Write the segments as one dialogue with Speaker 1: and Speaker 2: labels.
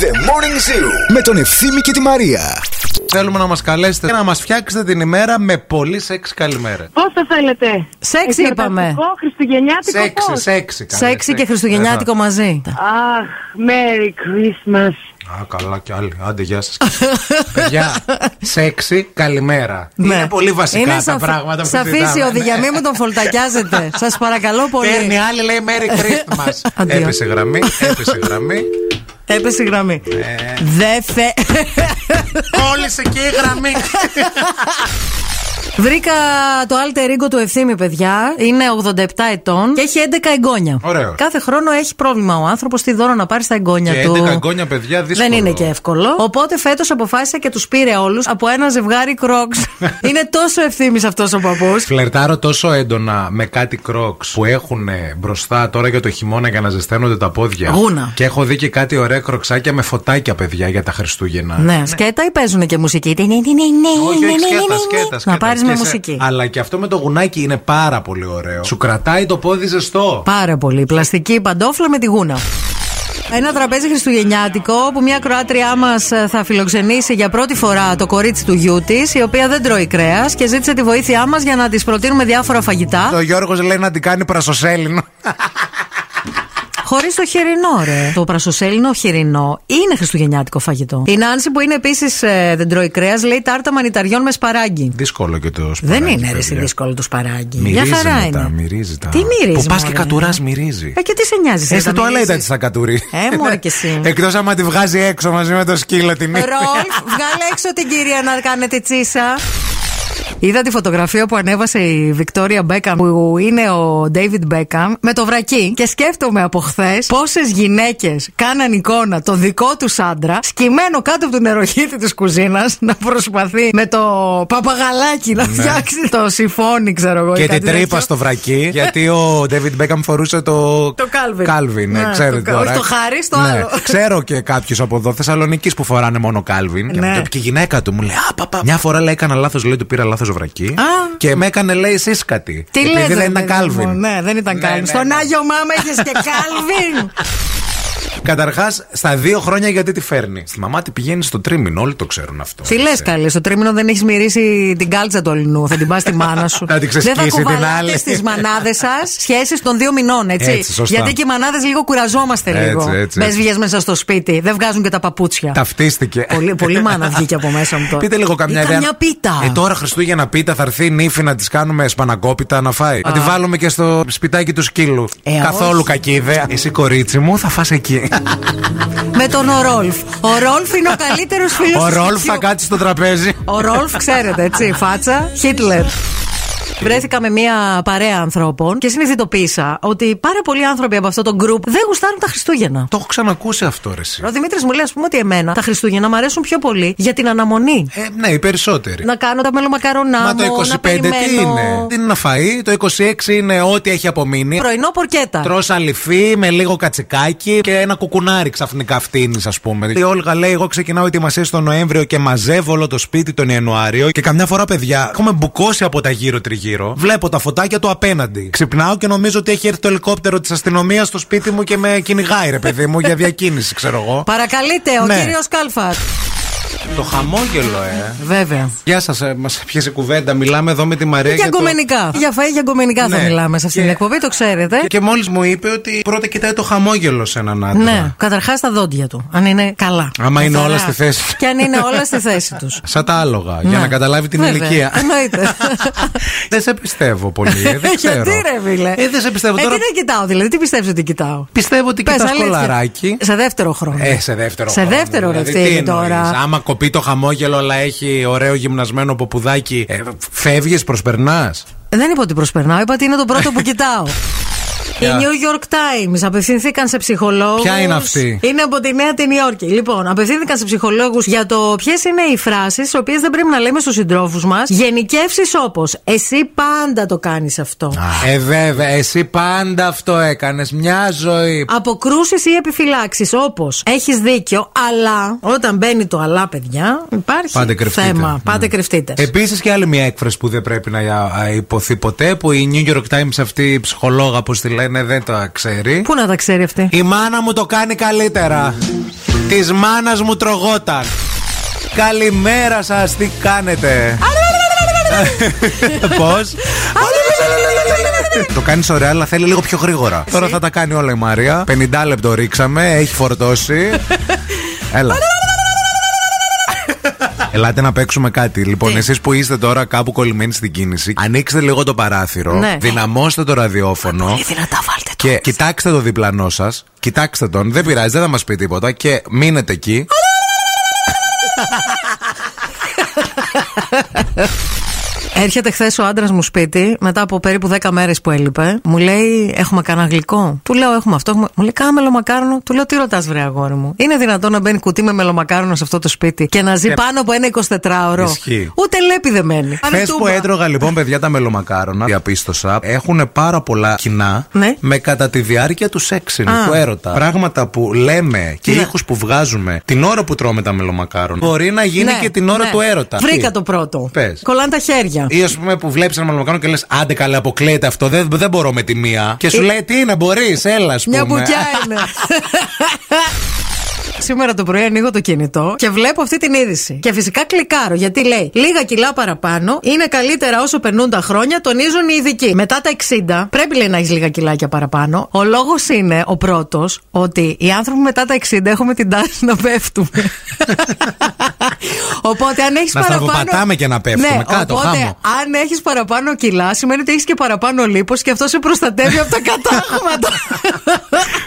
Speaker 1: The Morning Zoo με τον Ευθύμη και τη Μαρία.
Speaker 2: Θέλουμε να μας καλέσετε και να μας φτιάξετε την ημέρα με πολύ σεξ καλημέρα.
Speaker 3: Πώς το θέλετε.
Speaker 4: Σεξ είπαμε.
Speaker 3: Εκλεκτικό, χριστουγεννιάτικο
Speaker 2: Σεξ,
Speaker 3: πώς.
Speaker 2: σεξ. καλέ,
Speaker 4: Σεξι και
Speaker 2: σεξ.
Speaker 4: χριστουγεννιάτικο μαζί.
Speaker 3: Αχ, Merry Christmas.
Speaker 2: Α, καλά κι άλλοι. Άντε, γεια σας. Παιδιά, σεξι, καλημέρα. Είναι πολύ βασικά
Speaker 4: Ναι. Είναι
Speaker 2: τα
Speaker 4: σαφ-
Speaker 2: πράγματα που
Speaker 4: Σαφής η
Speaker 2: συζητάμε.
Speaker 4: οδηγία,
Speaker 2: Ναι.
Speaker 4: μην μου τον φολτακιάζετε. Σας παρακαλώ
Speaker 2: Παίρνει
Speaker 4: πολύ.
Speaker 2: άλλη, λέει Merry Christmas.
Speaker 4: Αντίο.
Speaker 2: έπεσε γραμμή, έπεσε γραμμή.
Speaker 4: Έπεσε η γραμμή.
Speaker 2: Ε.
Speaker 4: Δε θε.
Speaker 2: Κόλλησε και η γραμμή.
Speaker 4: Βρήκα το alter ego του ευθύμη, παιδιά. Είναι 87 ετών και έχει 11 εγγόνια.
Speaker 2: Ωραίο.
Speaker 4: Κάθε χρόνο έχει πρόβλημα ο άνθρωπος τι δώρο να πάρει στα εγγόνια
Speaker 2: Και
Speaker 4: του.
Speaker 2: 11 εγγόνια, παιδιά, δύσκολο.
Speaker 4: Δεν είναι και εύκολο. Οπότε φέτος αποφάσισα και τους πήρε όλους από ένα ζευγάρι κρόξ. είναι τόσο ευθύνη αυτός ο παππούς.
Speaker 2: Φλερτάρω τόσο έντονα με κάτι κρόξ που έχουν μπροστά τώρα για το χειμώνα για να ζεσταίνονται τα πόδια.
Speaker 4: Γούνα.
Speaker 2: Και έχω δει και κάτι ωραία κροξάκια με φωτάκια, παιδιά, για τα Χριστούγεννα.
Speaker 4: Ναι, σκέτα ή παίζουν και μουσική. Ναι, ναι, ναι, ναι,
Speaker 2: Όχι, όχι,
Speaker 4: ναι, ναι, ναι, ναι,
Speaker 2: σκέτα,
Speaker 4: ναι.
Speaker 2: σκέτα.
Speaker 4: Να
Speaker 2: σκέτα.
Speaker 4: πάρεις
Speaker 2: Και
Speaker 4: με
Speaker 2: σε-
Speaker 4: μουσική.
Speaker 2: Αλλά και αυτό με το γουνάκι είναι πάρα πολύ ωραίο. Σου κρατάει το πόδι ζεστό.
Speaker 4: Πάρα πολύ. Πλαστική παντόφλα με τη γούνα. Ένα τραπέζι χριστουγεννιάτικο που μια Κροάτριά μας θα φιλοξενήσει για πρώτη φορά το κορίτσι του γιού της, η οποία δεν τρώει κρέας και ζήτησε τη βοήθειά μας για να της προτείνουμε διάφορα φαγητά.
Speaker 2: Το Γιώργος λέει να την κάνει πρασοσέλινο.
Speaker 4: Χωρίς το χοιρινό, ρε. Το πρασοσέλινο χοιρινό είναι χριστουγεννιάτικο φαγητό. Η Νάνση που είναι επίσης δεν τρώει κρέας λέει τάρτα μανιταριών με σπαράγγι.
Speaker 2: Δύσκολο και το σπουδάκι.
Speaker 4: Δεν είναι ρε εσύ,
Speaker 2: παιδιά.
Speaker 4: δύσκολο το σπαράγγι.
Speaker 2: Μυρίζει
Speaker 4: Μια χαρά
Speaker 2: μετά,
Speaker 4: είναι.
Speaker 2: μυρίζει τα.
Speaker 4: Τι μυρίζει.
Speaker 2: Που πας και
Speaker 4: μωρέ.
Speaker 2: κατουράς μυρίζει.
Speaker 4: Ε, και τι σε νοιάζει.
Speaker 2: Ε, στην τουαλέτα της θα κατουρεί.
Speaker 4: Ε, μωρέ κι εσύ.
Speaker 2: Εκτός άμα τη βγάζει έξω μαζί με το σκύλο την ίδια.
Speaker 4: Ρολφ, βγάλε έξω την κυρία να κάνετε τσίσα. Είδα τη φωτογραφία που ανέβασε η Βικτόρια Μπέκαμ, που είναι ο Ντέιβιντ Μπέκαμ, με το βρακί. Και σκέφτομαι από χθες πόσες γυναίκες κάναν εικόνα το δικό του άντρα, σκυμμένο κάτω από τον νεροχύτη της κουζίνας, να προσπαθεί με το παπαγαλάκι να φτιάξει το σιφόνι, ξέρω εγώ. ή
Speaker 2: Ναι. Και
Speaker 4: κάτι
Speaker 2: την τρύπα
Speaker 4: τέτοιο.
Speaker 2: στο βρακί, γιατί ο Ντέβιντ Μπέκαμ φορούσε το.
Speaker 4: Το Calvin.
Speaker 2: Calvin, ναι,
Speaker 4: Ναι,
Speaker 2: ξέρετε
Speaker 4: το-
Speaker 2: τώρα.
Speaker 4: όχι το Χάρι, το
Speaker 2: Ναι.
Speaker 4: άλλο.
Speaker 2: Ξέρω και κάποιους από εδώ Θεσσαλονίκης που φοράνε μόνο Calvin. Και,
Speaker 4: Ναι.
Speaker 2: μου το είπε και η γυναίκα του μου λέει: Α, παπα. Μια φορά λέει, έκανα λάθος, λέει, του πήρα λάθος βρακί.
Speaker 4: Α.
Speaker 2: Και με έκανε, λέει, σύσκατη.
Speaker 4: Τι
Speaker 2: επειδή
Speaker 4: λες, ρε,
Speaker 2: δεν ήταν
Speaker 4: παιδί μου,
Speaker 2: Calvin.
Speaker 4: Ναι, δεν ήταν
Speaker 2: Ναι,
Speaker 4: Calvin.
Speaker 2: ναι,
Speaker 4: Στον
Speaker 2: ναι.
Speaker 4: Άγιο Μάμα είχες και Calvin.
Speaker 2: Καταρχάς, στα δύο χρόνια γιατί τη φέρνει. Στη μαμά τη πηγαίνει στο τρίμηνο, όλοι το ξέρουν αυτό.
Speaker 4: Τι λες, καλή. Στο τρίμηνο δεν έχεις μυρίσει την κάλτσα του Ελληνού. Θα την πας στη μάνα σου.
Speaker 2: Να την ξεσκίσει
Speaker 4: δεν θα
Speaker 2: την
Speaker 4: κουβαλάτε
Speaker 2: άλλη.
Speaker 4: στις μανάδες σας σχέσεις των δύο μηνών, έτσι.
Speaker 2: Έτσι, σωστά.
Speaker 4: Γιατί και οι μανάδες λίγο κουραζόμαστε
Speaker 2: Έτσι,
Speaker 4: λίγο.
Speaker 2: έτσι, έτσι.
Speaker 4: Μπες βγες μέσα στο σπίτι, δεν βγάζουν και τα παπούτσια.
Speaker 2: Ταυτίστηκε.
Speaker 4: Πολύ, πολύ μάνα βγήκε από μέσα μου τώρα.
Speaker 2: Πείτε λίγο καμιά
Speaker 4: Ή
Speaker 2: ιδέα.
Speaker 4: καμιά πίτα.
Speaker 2: Ε, τώρα Χριστούγεννα πίτα θα έρθει η νύφη να τη κάνουμε σπανακόπιτα να φάει. Να τη βάλουμε και στο σπιτάκι του σκύλου.
Speaker 4: Ε,
Speaker 2: Καθόλου
Speaker 4: όχι.
Speaker 2: κακή ιδέα. Εσύ κορίτσι μου θα φας εκεί.
Speaker 4: Με τον ο Ρόλφ. Ο Ρόλφ είναι ο καλύτερος φίλος
Speaker 2: Ο Ρόλφ θα κάτσει στο τραπέζι.
Speaker 4: Ο Ρόλφ, ξέρετε, έτσι, φάτσα, Χίτλερ. Βρέθηκα με μία παρέα ανθρώπων και συνειδητοποίησα ότι πάρα πολλοί άνθρωποι από αυτό το group δεν γουστάρουν τα Χριστούγεννα.
Speaker 2: Το έχω ξανακούσει αυτό ρε εσύ.
Speaker 4: Ο Δημήτρης μου λέει, ας πούμε, ότι εμένα τα Χριστούγεννα μου αρέσουν πιο πολύ για την αναμονή.
Speaker 2: Ε, ναι, οι περισσότεροι.
Speaker 4: Να κάνω τα μελομακαρονά
Speaker 2: Μα το
Speaker 4: μου, να
Speaker 2: 25 τι
Speaker 4: περιμένω.
Speaker 2: είναι. Τι είναι να φαεί. Το 26 είναι ό,τι έχει απομείνει.
Speaker 4: Πρωινό πορκέτα.
Speaker 2: Τρως αληφή με λίγο κατσικάκι και ένα κουκουνάρι ξαφνικά φτύνεις, ας πούμε. Η Όλγα λέει: Εγώ ξεκινάω ετοιμασίες τον Νοέμβριο και μαζεύω όλο το σπίτι τον Ιανουάριο. Και καμιά φορά, παιδιά, έχουμε μπουκώσει από τα γύρω-τριγύρω. Βλέπω τα φωτάκια του απέναντι. Ξυπνάω και νομίζω ότι έχει έρθει το ελικόπτερο της αστυνομίας στο σπίτι μου και με κυνηγάει, ρε παιδί μου, για διακίνηση, ξέρω εγώ.
Speaker 4: Παρακαλείτε, ο
Speaker 2: Ναι.
Speaker 4: κύριος Κάλφα.
Speaker 2: το χαμόγελο, ε.
Speaker 4: Βέβαια.
Speaker 2: Γεια σας, ε, μας πιέζει κουβέντα. Μιλάμε εδώ με τη Μαρία.
Speaker 4: Για
Speaker 2: το-
Speaker 4: αγκομενικά. Για φαΐ, για αγκομενικά θα
Speaker 2: Ναι.
Speaker 4: μιλάμε σε αυτήν την
Speaker 2: Και-
Speaker 4: εκπομπή, το ξέρετε.
Speaker 2: Και μόλις μου είπε ότι πρώτα κοιτάει το χαμόγελο σε έναν άντρα.
Speaker 4: Ναι, καταρχάς τα δόντια του. Αν είναι Ε, καλά.
Speaker 2: Άμα είναι
Speaker 4: Καθαρά.
Speaker 2: όλα στη θέση.
Speaker 4: Και αν είναι όλα στη θέση τους.
Speaker 2: Σαν τα άλογα, για
Speaker 4: Ναι.
Speaker 2: να καταλάβει την
Speaker 4: Βέβαια,
Speaker 2: ηλικία.
Speaker 4: εννοείται.
Speaker 2: δεν σε πιστεύω πολύ. ε, Δεν ξέρω.
Speaker 4: Γιατί ρε, φίλε.
Speaker 2: Ε, δεν σε πιστεύω
Speaker 4: Ε,
Speaker 2: τώρα.
Speaker 4: τι να κοιτάω, δηλαδή, τι πιστεύεις ότι κοιτάω.
Speaker 2: Πιστεύω ότι
Speaker 4: Πες,
Speaker 2: κοιτάς
Speaker 4: αλήθεια.
Speaker 2: κολαράκι.
Speaker 4: Σε δεύτερο χρόνο.
Speaker 2: Ε, σε δεύτερο
Speaker 4: Σε
Speaker 2: χρόνο,
Speaker 4: δεύτερο, ρε,
Speaker 2: δηλαδή,
Speaker 4: φίλε,
Speaker 2: τι εννοείς,
Speaker 4: τώρα.
Speaker 2: Άμα κοπεί το χαμόγελο, αλλά έχει ωραίο γυμνασμένο ποπουδάκι, ε, φεύγεις, προσπερνάς.
Speaker 4: Δεν είπα ότι προσπερνάω, είπα ότι είναι το πρώτο που κοιτάω. Οι
Speaker 2: Ποια?
Speaker 4: New York Times απευθυνθήκαν σε ψυχολόγους.
Speaker 2: Ποια είναι αυτή?
Speaker 4: Είναι από τη Νέα Την Υόρκη. Λοιπόν, απευθύνθηκαν σε ψυχολόγους για το ποιες είναι οι φράσεις, τι οποίες δεν πρέπει να λέμε στους συντρόφους μας. Γενικεύσεις όπως Εσύ πάντα το κάνεις αυτό.
Speaker 2: Ε, βέβαια, εσύ πάντα αυτό έκανες. Μια ζωή.
Speaker 4: Αποκρούσεις ή επιφυλάξεις, όπως έχεις δίκιο, αλλά όταν μπαίνει το αλλά, παιδιά, υπάρχει
Speaker 2: Πάντε κρυφτείτε.
Speaker 4: θέμα. Πάτε κρυφτείτε.
Speaker 2: Επίσης και άλλη μια έκφραση που δεν πρέπει να α, υποθεί ποτέ, που η New York Times αυτή η ψυχολόγα, πώς τη λένε, δεν τα ξέρει.
Speaker 4: Πού να τα ξέρει αυτή.
Speaker 2: Η μάνα μου το κάνει καλύτερα. Της μάνας μου τρογόταν. Καλημέρα σας, τι κάνετε. Πώς. Ε, Το κάνεις ωραία, αλλά θέλει λίγο πιο γρήγορα. Τώρα θα τα κάνει όλα η Μαρία. 50 λεπτό ρίξαμε, έχει φορτώσει. Έλα. Ελάτε να παίξουμε κάτι. Λοιπόν, εσείς που είστε τώρα κάπου κολλημένοι στην κίνηση, ανοίξτε λίγο το παράθυρο,
Speaker 4: Ναι.
Speaker 2: δυναμώστε το ραδιόφωνο.
Speaker 4: Πολύ δυνατά βάλτε το.
Speaker 2: Και κοιτάξτε το διπλανό σας. Κοιτάξτε τον. Δεν πειράζει, δεν θα μας πει τίποτα. Και μείνετε εκεί.
Speaker 4: Έρχεται χθες ο άντρας μου σπίτι, μετά από περίπου 10 μέρες που έλειπε, μου λέει: Έχουμε κανένα γλυκό. Του λέω: Έχουμε αυτό. Έχουμε... Μου λέει: Κάνα μελομακάρονο. Του λέω: Τι ρωτάς, βρε αγόρι μου. Είναι δυνατόν να μπαίνει κουτί με μελομακάρονο σε αυτό το σπίτι και να ζει πάνω από ένα 24ωρο.
Speaker 2: Ισχύει.
Speaker 4: Ούτε λέπη δεν μένει.
Speaker 2: Χθες που
Speaker 4: Ανετούμπα.
Speaker 2: έτρωγα λοιπόν, παιδιά, τα μελομακάρονα, διαπίστωσα, έχουν πάρα πολλά κοινά
Speaker 4: Ναι.
Speaker 2: με κατά τη διάρκεια του σεξ, είναι,
Speaker 4: Α.
Speaker 2: του έρωτα. Πράγματα που λέμε και
Speaker 4: Ναι.
Speaker 2: ήχους που βγάζουμε την ώρα που τρώμε τα μελομακάρονα. Μπορεί να γίνει
Speaker 4: Ναι,
Speaker 2: και την ώρα
Speaker 4: ναι.
Speaker 2: του έρωτα.
Speaker 4: Βρήκα
Speaker 2: Τι?
Speaker 4: το πρώτο.
Speaker 2: Πες.
Speaker 4: Κολλάνε τα χέρια.
Speaker 2: Ή ας πούμε που βλέπεις ένα μελομακάρονο και λες: Άντε καλά, αποκλείεται αυτό, δεν, δεν μπορώ με τη μία. Και σου λέει: Τι είναι, μπορείς, έλα, ας πούμε.
Speaker 4: Ε. Μια μπουκιά είναι. Σήμερα το πρωί ανοίγω το κινητό και βλέπω αυτή την είδηση. Και φυσικά κλικάρω γιατί λέει λίγα κιλά παραπάνω είναι καλύτερα όσο περνούν τα χρόνια, τονίζουν οι ειδικοί. Μετά τα 60 πρέπει λέει να έχεις λίγα κιλάκια παραπάνω. Ο λόγος είναι ο πρώτος ότι οι άνθρωποι μετά τα 60 έχουμε την τάση να πέφτουμε. οπότε αν έχεις
Speaker 2: Να
Speaker 4: παραπάνω.
Speaker 2: στραβοπατάμε και να πέφτουμε.
Speaker 4: Ναι,
Speaker 2: Κάτω,
Speaker 4: οπότε,
Speaker 2: χάμω.
Speaker 4: αν έχεις παραπάνω κιλά, σημαίνει ότι έχεις και παραπάνω λίπος και αυτό σε προστατεύει από τα κατάγματα.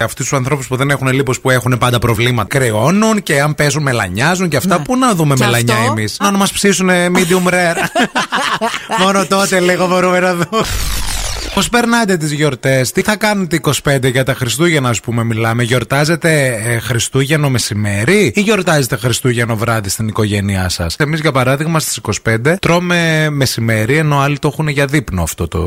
Speaker 2: Αυτούς τους ανθρώπους που δεν έχουν λίπος που έχουν πάντα προβλήματα κρεώνουν και αν παίζουν μελανιάζουν και αυτά. Πού να δούμε
Speaker 4: Ναι. Και
Speaker 2: μελανιά
Speaker 4: αυτό-
Speaker 2: εμείς. Να μας ψήσουν medium rare. Μόνο τότε λίγο μπορούμε να δούμε. Πώς περνάτε τις γιορτές, τι θα κάνετε 25 για τα Χριστούγεννα, ας πούμε, μιλάμε. Γιορτάζετε ε, Χριστούγεννο μεσημέρι ή γιορτάζετε Χριστούγεννο βράδυ στην οικογένειά σας. Εμείς, για παράδειγμα, στις 25 τρώμε μεσημέρι, ενώ άλλοι το έχουν για δείπνο αυτό το,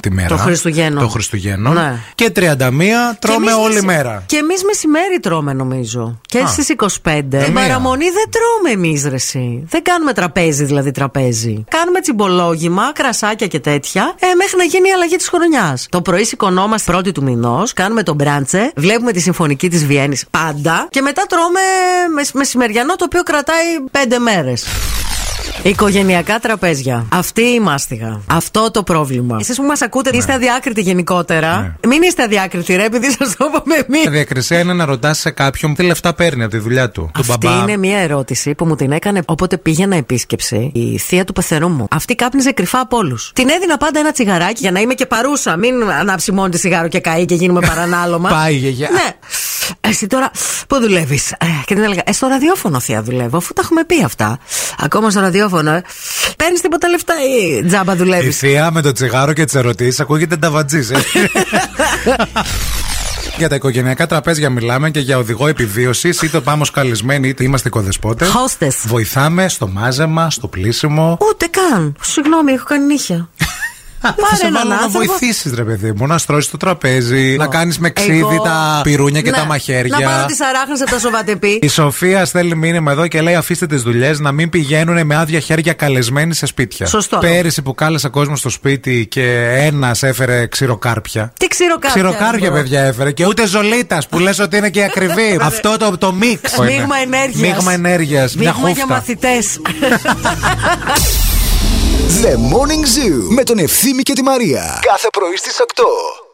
Speaker 2: τη μέρα.
Speaker 4: Το Χριστουγέννων.
Speaker 2: Το Χριστουγέννων.
Speaker 4: Ναι.
Speaker 2: Και 31 τρώμε
Speaker 4: Και εμείς
Speaker 2: όλη
Speaker 4: μεση-
Speaker 2: μέρα.
Speaker 4: Και εμείς μεσημέρι τρώμε, νομίζω. Και
Speaker 2: Α. Ε,
Speaker 4: στι 25. Την
Speaker 2: μία.
Speaker 4: παραμονή δεν τρώμε εμείς, ρεσί. Δεν κάνουμε τραπέζι, δηλαδή τραπέζι. Κάνουμε τσιμπολόγημα, κρασάκια και τέτοια, ε, μέχρι να γίνει η αλλαγή της χρονιάς. Το πρωί σηκωνόμαστε πρώτη του μηνός, κάνουμε τον μπράντσε, βλέπουμε τη συμφωνική της Βιέννης πάντα και μετά τρώμε μεσ- μεσημεριανό το οποίο κρατάει πέντε μέρες. Οικογενειακά τραπέζια. Αυτή η μάστιγα. Αυτό το πρόβλημα. Ναι. Εσείς που μας ακούτε, είστε αδιάκριτοι γενικότερα. Μην είστε αδιάκριτοι, ρε, επειδή σας το είπαμε εμείς.
Speaker 2: Η διακρισία Ε, είναι να ρωτάς σε κάποιον τι λεφτά παίρνει από τη δουλειά του. Του
Speaker 4: Αυτή
Speaker 2: μπαμπά.
Speaker 4: είναι μια ερώτηση που μου την έκανε όποτε πήγαινα επίσκεψη η θεία του πεθερού μου. Αυτή κάπνιζε κρυφά από όλους. Την έδινα πάντα ένα τσιγαράκι για να είμαι και παρούσα. Μην ανάψει μόνη τη τσιγάρο και καεί και γίνουμε παρανάλωμα.
Speaker 2: Πάει η γιαγιά.
Speaker 4: Ναι. Εσύ τώρα πού δουλεύεις. Και την έλεγα, Ε, στο ραδιόφωνο θεία δουλεύω, αφού τα έχουμε πει αυτά. Ακόμα στο ραδιόφωνο, ε. Παίρνεις τίποτα λεφτά ή τζάμπα
Speaker 2: Η
Speaker 4: δουλεύει.
Speaker 2: θεία με το τσιγάρο και τις ερωτήσεις ακούγεται ταβατζή. για τα οικογενειακά τραπέζια μιλάμε και για οδηγό επιβίωση, είτε πάμε ως καλεσμένοι είτε είμαστε οικοδεσπότες.
Speaker 4: Hostess.
Speaker 2: Βοηθάμε στο μάζεμα, στο πλήσιμο.
Speaker 4: Ούτε καν. Συγγνώμη, έχω κάνει νύχια.
Speaker 2: Θα σε
Speaker 4: έναν
Speaker 2: βάλω να
Speaker 4: άνθρωπο.
Speaker 2: βοηθήσεις, ρε παιδί μου, να στρώσεις το τραπέζι, να κάνει με ξύδι
Speaker 4: Εγώ-
Speaker 2: τα πυρούνια και
Speaker 4: Ναι.
Speaker 2: τα μαχαίρια.
Speaker 4: Να πάρω τις αράχνες από τα σοβατεπή.
Speaker 2: Η Σοφία στέλνει μήνυμα εδώ και λέει: Αφήστε τις δουλειές να μην πηγαίνουν με άδεια χέρια καλεσμένοι σε σπίτια.
Speaker 4: Σωστό.
Speaker 2: Πέρυσι που κάλεσα κόσμο στο σπίτι και ένας έφερε ξηροκάρπια.
Speaker 4: Τι λοιπόν. ξηροκάρπια.
Speaker 2: Ξηροκάρπια, παιδιά, έφερε και ούτε ζολίτας που λες ότι είναι και ακριβή. Αυτό το, το μίξ.
Speaker 4: Μείγμα ενέργειας.
Speaker 2: Μείγμα ενέργειας. Μια
Speaker 4: Μείγμα για
Speaker 2: χούφτα.
Speaker 4: μαθητές.
Speaker 1: The Morning Zoo με τον Ευθύμη και τη Μαρία. Κάθε πρωί στις 8.